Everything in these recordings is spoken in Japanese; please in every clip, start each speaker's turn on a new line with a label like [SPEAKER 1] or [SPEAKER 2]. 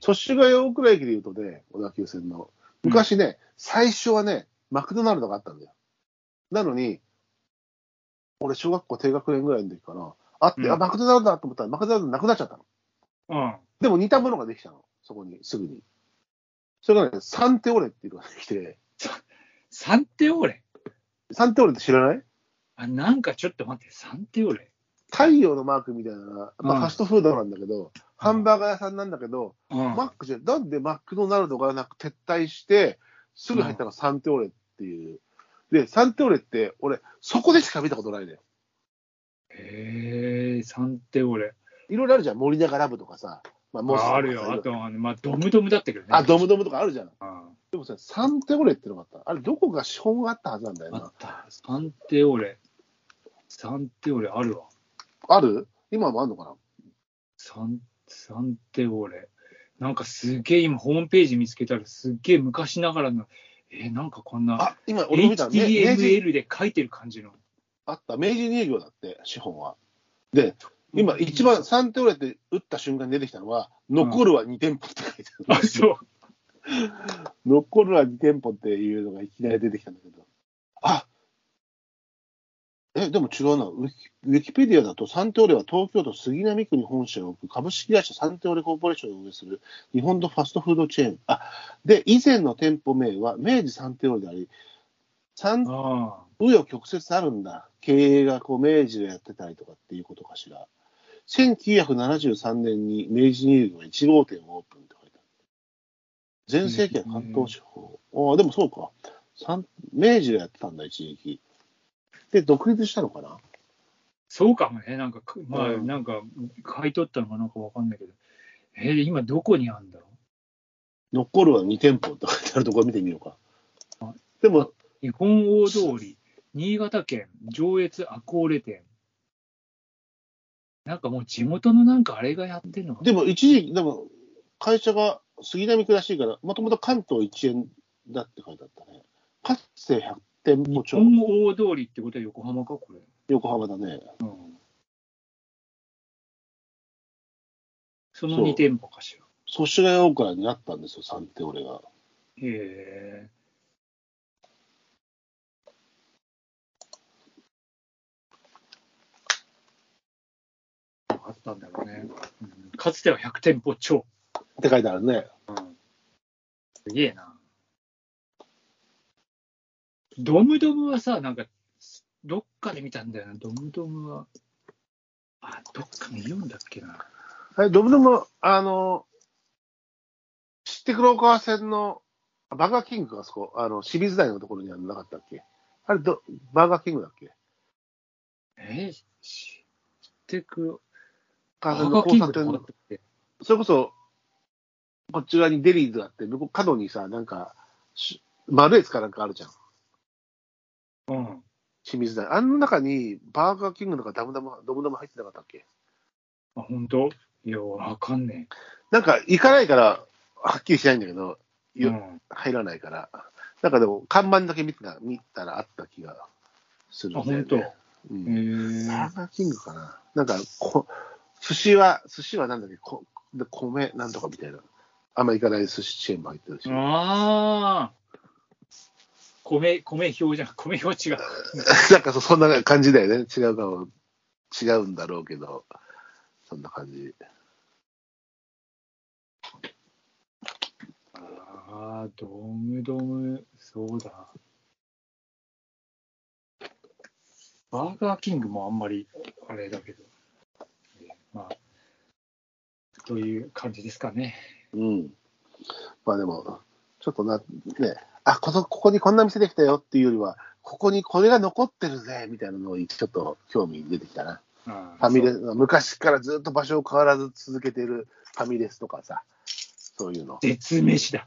[SPEAKER 1] 年が大倉駅で言うとね、小田急線の。昔ね、最初はね、マクドナルドがあったんだよ。なのに、俺、小学校低学年ぐらいの時かな、あって、
[SPEAKER 2] うん
[SPEAKER 1] あ、マクドナルドだと思ったら、マクドナルドなくなっちゃったの。
[SPEAKER 2] うん。
[SPEAKER 1] でも似たものができたの、そこに、すぐに。それがね、サンテオレっていうのができて、
[SPEAKER 2] サンテオーレ。
[SPEAKER 1] サンテオレって知らない
[SPEAKER 2] あ、なんかちょっと待って、サンテオーレ。
[SPEAKER 1] 太陽のマークみたいな、ま
[SPEAKER 2] う
[SPEAKER 1] あ、
[SPEAKER 2] ん
[SPEAKER 1] ファストフードなんだけど、ハンバーガー屋さんなんだけど、
[SPEAKER 2] うん。
[SPEAKER 1] マックじゃ、なんでマクドナルドがなく撤退して、すぐ入ったのがサンテオレっていう。で、サンテオレって、俺、そこでしか見たことないね。
[SPEAKER 2] へえ、サンテオーレ。
[SPEAKER 1] いろいろあるじゃん、森永ラブとかさ。まあ、モスとかさ
[SPEAKER 2] あるよ。あと、あの、まあ、ドムドムだったけどね。
[SPEAKER 1] あ、ドムドムとかあるじゃん。
[SPEAKER 2] うん
[SPEAKER 1] でもさ、サンテオレってのがあった。あれ、どこが資本があったはずなんだよ
[SPEAKER 2] あ
[SPEAKER 1] な
[SPEAKER 2] っ。た。サンテオーレ。サンテオーレあるわ。
[SPEAKER 1] ある今もあるのかな
[SPEAKER 2] サン、サンテオーレ。なんかすげえ今ホームページ見つけたらすっげえ昔ながらの、えーなんかこんな、
[SPEAKER 1] あ、今、俺も見た。め明治
[SPEAKER 2] HTML で書いてる感じの。
[SPEAKER 1] あった。明治乳業だって、資本は。で、今、一番、サンテオレって打った瞬間に出てきたのは、残るは2店舗って書いてある。
[SPEAKER 2] あ、そう。
[SPEAKER 1] 残るは2店舗っていうのがいきなり出てきたんだけど。あえ、でも違うな。ウィキウィキペディアだと、サンテオレは東京都杉並区に本社を置く株式会社サンテオレコーポレーションを運営する日本のファストフードチェーン。あ、で、以前の店舗名は明治サンテオレであり、サン、紆
[SPEAKER 2] あ
[SPEAKER 1] 余曲折あるんだ。経営がこう明治がやってたりとかっていうことかしら。1973年に明治乳業が1号店をオープンって書いてある。全盛期は関東地方。ああ、でもそうか。三明治がやってたんだ、一時期。で、独立したのかな
[SPEAKER 2] そうかもね。なんかく、まあ、
[SPEAKER 1] うん
[SPEAKER 2] なんか、買い取ったのかなんかわかんないけど。えー今どこにあるんだろ
[SPEAKER 1] 残るは2店舗って書いてあるところ見てみようか
[SPEAKER 2] は。
[SPEAKER 1] でも、
[SPEAKER 2] う日本大通り、新潟県、上越赤コーレ店。なんかもう地元のなんかあれがやってんのかな
[SPEAKER 1] でも一時期、でも、会社が杉並区らしいから、もともと関東一円だって書いてあったね。かつて100店舗
[SPEAKER 2] 日
[SPEAKER 1] 超、
[SPEAKER 2] 本大通りってことは横浜か、これ。
[SPEAKER 1] 横浜だね。
[SPEAKER 2] うんその
[SPEAKER 1] そう
[SPEAKER 2] 2店舗かしら。
[SPEAKER 1] 祖師ヶ谷大倉になったんですよ、三手俺が。
[SPEAKER 2] へえ。あったんだろうね。うんかつては100店舗超。
[SPEAKER 1] って書いてあるね。
[SPEAKER 2] すげえな。ドムドムはさ、なんか、どっかで見たんだよな、ドムドムは。あ、どっか見るんだっけな。
[SPEAKER 1] はい、ドブドブ、あの、知って黒川線の、あバーガーキングがそこ、あの、清水台のところにはなかったっけあれど、バーガーキングだっけ
[SPEAKER 2] えー、し知ってく。
[SPEAKER 1] 川線の交差点
[SPEAKER 2] 赤キング
[SPEAKER 1] の
[SPEAKER 2] と、かって
[SPEAKER 1] それこそ、こっち側にデリーズがあって、向こう角にさ、なんか、し丸いやつかなんかあるじゃん。
[SPEAKER 2] うん。
[SPEAKER 1] 清水台。あの中に、バーガーキングとかダムダム、ドムダム入ってなかったっけ
[SPEAKER 2] あ、本当いや、わかんね
[SPEAKER 1] なんか、行かないから、はっきりしないんだけど、
[SPEAKER 2] え。
[SPEAKER 1] よ
[SPEAKER 2] うん
[SPEAKER 1] 入らないから、なんかでも、看板だけ見てた見たらあった気がするんだよね。
[SPEAKER 2] あ本
[SPEAKER 1] う
[SPEAKER 2] へえ
[SPEAKER 1] ん、バーガーキングかな。なんかこ、寿司は、寿司はなんだっけ、こで米なんとかみたいな。あんま行かない寿司チェーンも入ってるし。
[SPEAKER 2] ああ。米、米表じゃん。 米表違う。
[SPEAKER 1] なんかそそんな感じだよね。違うかも、違うんだろうけど、そんな感じ。
[SPEAKER 2] ああ、ドムドム、そうだ。バーガーキングもあんまり、あれだけど。えーまあ、という感じですかね。
[SPEAKER 1] うん。まあでも、ちょっとな、ね、あ、このここにこんな店できたよっていうよりは、ここにこれが残ってるぜ、みたいなのにちょっと興味出てきたな。
[SPEAKER 2] あ
[SPEAKER 1] フ
[SPEAKER 2] あ
[SPEAKER 1] ァミレス、昔からずっと場所を変わらず続けてるファミレスとかさ、そういうの。
[SPEAKER 2] 絶飯だ。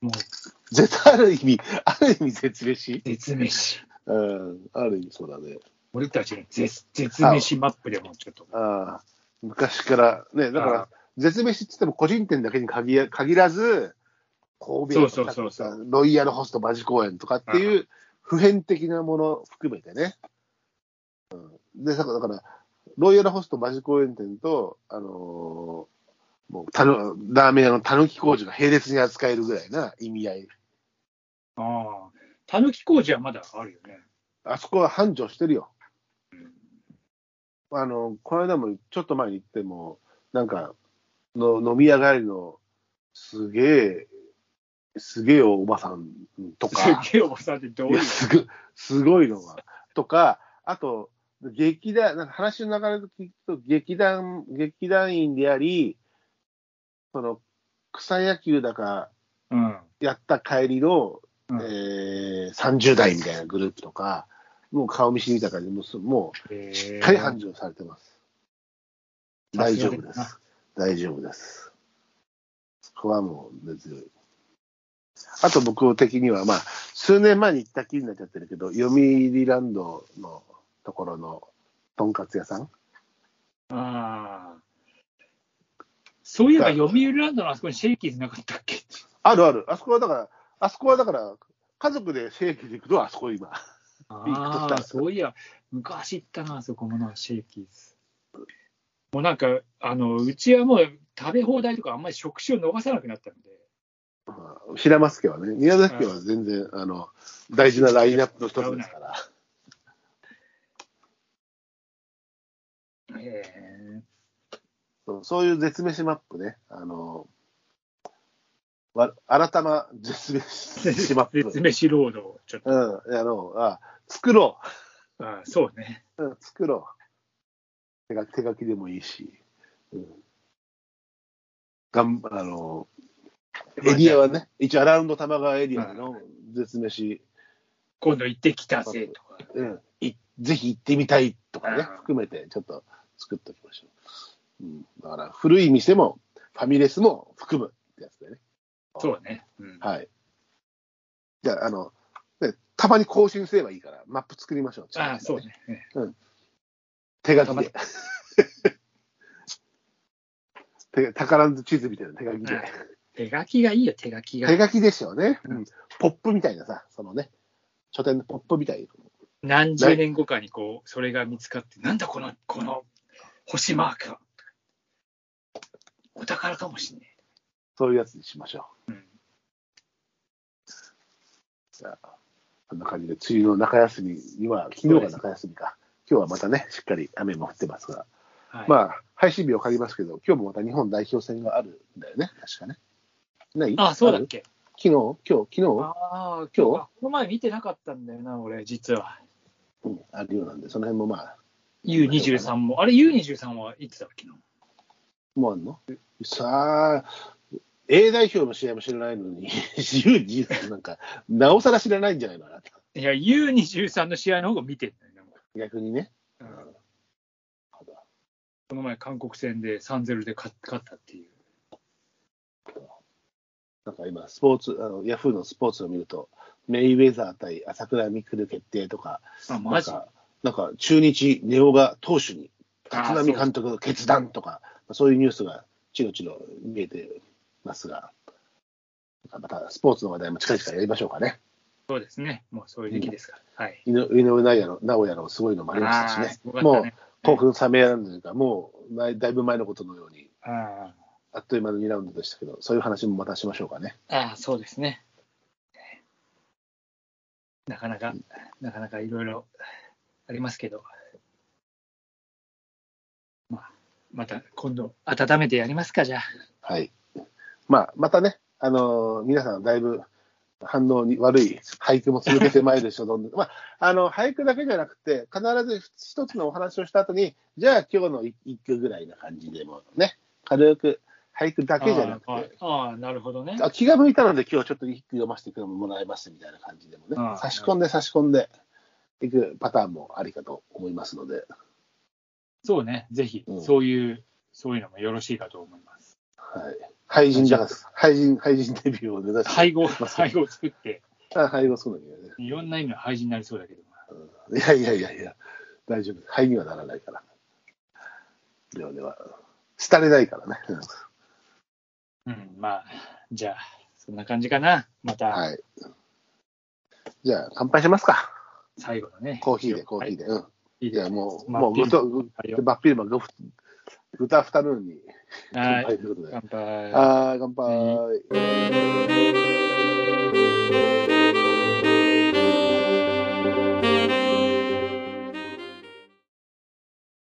[SPEAKER 2] もう、
[SPEAKER 1] 絶ある意味、ある意味絶飯
[SPEAKER 2] 絶飯。
[SPEAKER 1] うん、ある意味そうだね。
[SPEAKER 2] 俺たちの絶絶飯マップでもちょっと。
[SPEAKER 1] ああ、昔から、ね、だか
[SPEAKER 2] あ
[SPEAKER 1] ら、絶飯って言っても個人店だけに限ら限らず、神戸
[SPEAKER 2] そう
[SPEAKER 1] と
[SPEAKER 2] そうそう
[SPEAKER 1] か
[SPEAKER 2] そ
[SPEAKER 1] さ
[SPEAKER 2] う
[SPEAKER 1] ロイヤルホスト馬事公園とかっていう普遍的なもの含めてね。うん、で、だから、だからロイヤルホスト馬事公園店と、あのもうたのラーメン屋のたぬき工事が並列に扱えるぐらいな意味合い。
[SPEAKER 2] ああ、たぬき工事はまだあるよね。
[SPEAKER 1] あそこは繁盛してるよ。あの、この間もちょっと前に行っても、なんかの、飲み屋帰りのすげえ、すげえおばさんとか。
[SPEAKER 2] すげえおばさんってどう
[SPEAKER 1] い
[SPEAKER 2] いう
[SPEAKER 1] やすごすごいのが。とか、あと、劇団、なんか話の流れで聞くと、劇団、劇団員であり、その、草野球だか、
[SPEAKER 2] うん。
[SPEAKER 1] やった帰りの、
[SPEAKER 2] うん
[SPEAKER 1] えー、30代みたいなグループとか、もう顔見知りみたいな感じで、もうす、も
[SPEAKER 2] え
[SPEAKER 1] う、しっかり繁盛されてます。
[SPEAKER 2] さ
[SPEAKER 1] 大
[SPEAKER 2] す
[SPEAKER 1] 丈
[SPEAKER 2] が
[SPEAKER 1] 夫
[SPEAKER 2] だ
[SPEAKER 1] で
[SPEAKER 2] な
[SPEAKER 1] す。大丈夫です。そこはもう、別に。あと僕的には、まあ、数年前に行ったきりになっちゃってるけど、読売ランドのところの、とんかつ屋さん
[SPEAKER 2] ああ。そういえば、読売ランドのあそこにシェイキーズなかったっけ
[SPEAKER 1] あるある。あそこはだから、あそこはだから、家族で正規で行くと、あそこ今。
[SPEAKER 2] ああ、そういや、昔行ったな、あそこもな、シェイキーズ。もうなんか、あの、うちはもう食べ放題とかあんまり食事を逃さなくなったので、
[SPEAKER 1] 平松家はね、宮崎家は全然、あの大事なラインナップの一つですから、
[SPEAKER 2] へえ
[SPEAKER 1] そうそういう絶滅マップね、あのわ改ま絶滅マッ
[SPEAKER 2] 絶
[SPEAKER 1] プ、
[SPEAKER 2] 飯ロードをちょっと、
[SPEAKER 1] うん、あのあ作ろ
[SPEAKER 2] あーそうね。
[SPEAKER 1] う、うん、作ろう手が、手書きでもいいし、うん、がんあのエリアはね、一応、アラウンド玉川エリアの絶滅、
[SPEAKER 2] 今度行ってきたぜとか。
[SPEAKER 1] うん、いぜひ行ってみたいとかね、
[SPEAKER 2] うん
[SPEAKER 1] 含めてちょっと作っておきましょう。うん、だから古い店もファミレスも含むってやつだよね。
[SPEAKER 2] そうね。うん
[SPEAKER 1] はい。じゃあ、あの、ね、たまに更新すればいいから、マップ作りましょう。
[SPEAKER 2] ああ、そう。ね。え
[SPEAKER 1] 手書
[SPEAKER 2] た
[SPEAKER 1] き
[SPEAKER 2] ま
[SPEAKER 1] で。 手宝の地図みたいな手書きで。
[SPEAKER 2] え手書きがいいよ、手書きが
[SPEAKER 1] 手。書きですよね、
[SPEAKER 2] うん
[SPEAKER 1] うんポップみたいなさ、そのね、書店のポップみたいな。
[SPEAKER 2] 何十年後かにこう、それが見つかって、なんだこの、この星マークは。お宝かもしんね
[SPEAKER 1] そういうやつにしましょう。
[SPEAKER 2] うん
[SPEAKER 1] じゃあ、こんな感じで、梅雨の中休みには、昨日が中休みか、今日はまたね、しっかり雨も降ってますが、
[SPEAKER 2] え。はい、
[SPEAKER 1] まあ、配信日は借りますけど、今日もまた日本代表戦があるんだよね、確かね。ない
[SPEAKER 2] あ、そうだ
[SPEAKER 1] あ
[SPEAKER 2] っ
[SPEAKER 1] る
[SPEAKER 2] け。
[SPEAKER 1] 昨日、今日、昨
[SPEAKER 2] あ
[SPEAKER 1] 今
[SPEAKER 2] あ、今
[SPEAKER 1] 日
[SPEAKER 2] 日あこの前見てなかったんだよな、俺、実は。
[SPEAKER 1] 日、うん、あるようなんで、その辺もまあ、
[SPEAKER 2] U23 も。あれ、U23 はいつだっけな。
[SPEAKER 1] もうあんのさあ、A 代表の試合も知らないのに、U、さんなんか、なおさら知らないんじゃないのかな、
[SPEAKER 2] いや、U23 の試合の方が見てんだよな、も
[SPEAKER 1] 逆にね。
[SPEAKER 2] ううん
[SPEAKER 1] ただ
[SPEAKER 2] この前、韓国戦で3-0で勝勝ったっていう。
[SPEAKER 1] なんか今、スポーツ、あのヤフーのスポーツを見ると、メイウェザー対朝倉未来決定とか、
[SPEAKER 2] あ、
[SPEAKER 1] な
[SPEAKER 2] マ
[SPEAKER 1] ん
[SPEAKER 2] ジ
[SPEAKER 1] か、なんか中日、ネオが投手に、
[SPEAKER 2] あ
[SPEAKER 1] 立浪監督の決断とか、そういうニュースがちろちろ見えてますが、なんかまたスポーツの話題も近々やりましょうかね。
[SPEAKER 2] そうですね。もうそういう時期ですから。はい。
[SPEAKER 1] 井上井上尚弥の直哉のすごいのもありましたし
[SPEAKER 2] あー
[SPEAKER 1] ね
[SPEAKER 2] す、ごかった
[SPEAKER 1] もう
[SPEAKER 2] ね
[SPEAKER 1] 興奮冷めやらんというか、もうだいだいぶ前のことのように、
[SPEAKER 2] あ
[SPEAKER 1] あっという間の2ラウンドでしたけど、そういう話もまたしましょうかね。
[SPEAKER 2] ーあー、そうですね。なかなか、なかなかいろいろありますけど、まあ、また今度、温めてやりますか、じゃあ。
[SPEAKER 1] はい。まあ、またね、あのー皆さんだいぶ反応に悪い俳句も続けてまいるでしょ、どんどん。まあ、あの、俳句だけじゃなくて、必ず一つのお話をした後に、じゃあ今日の一一句ぐらいな感じでもね、軽く俳句だけじゃなく
[SPEAKER 2] あ
[SPEAKER 1] て、
[SPEAKER 2] ーあー、なるほどね。
[SPEAKER 1] あ気が向いたので今日ちょっと一句読ませてもらいますみたいな感じでもね
[SPEAKER 2] あ、あ
[SPEAKER 1] 差し込んで差し込んでいくパターンもありかと思いますので、
[SPEAKER 2] そうね、ぜひ、
[SPEAKER 1] うん
[SPEAKER 2] そういう、そういうのもよろしいかと思います。
[SPEAKER 1] はい。俳人だから、俳人、俳人デビューを目指して、
[SPEAKER 2] 配合、
[SPEAKER 1] まあ
[SPEAKER 2] 配合を作って、
[SPEAKER 1] あ俳優そうだけどね。
[SPEAKER 2] いろんな意味の配置になりそうだけど。
[SPEAKER 1] いやいやいやいや、大丈夫。肺にはならないから。ではでは、廃れないからね。
[SPEAKER 2] うん、まあ、じゃあ、そんな感じかな。また、
[SPEAKER 1] はい。じゃあ、乾杯しますか。
[SPEAKER 2] 最後のね。
[SPEAKER 1] コーヒーで、コーヒー
[SPEAKER 2] で。
[SPEAKER 1] で。うん。
[SPEAKER 2] いい
[SPEAKER 1] い
[SPEAKER 2] で
[SPEAKER 1] や、
[SPEAKER 2] す
[SPEAKER 1] もう、
[SPEAKER 2] まあ
[SPEAKER 1] もう、
[SPEAKER 2] ビー
[SPEAKER 1] ご
[SPEAKER 2] ル
[SPEAKER 1] と、バッピルマン5豚二ルーンに。
[SPEAKER 2] はい
[SPEAKER 1] ということで。
[SPEAKER 2] 乾杯。
[SPEAKER 1] あー乾杯。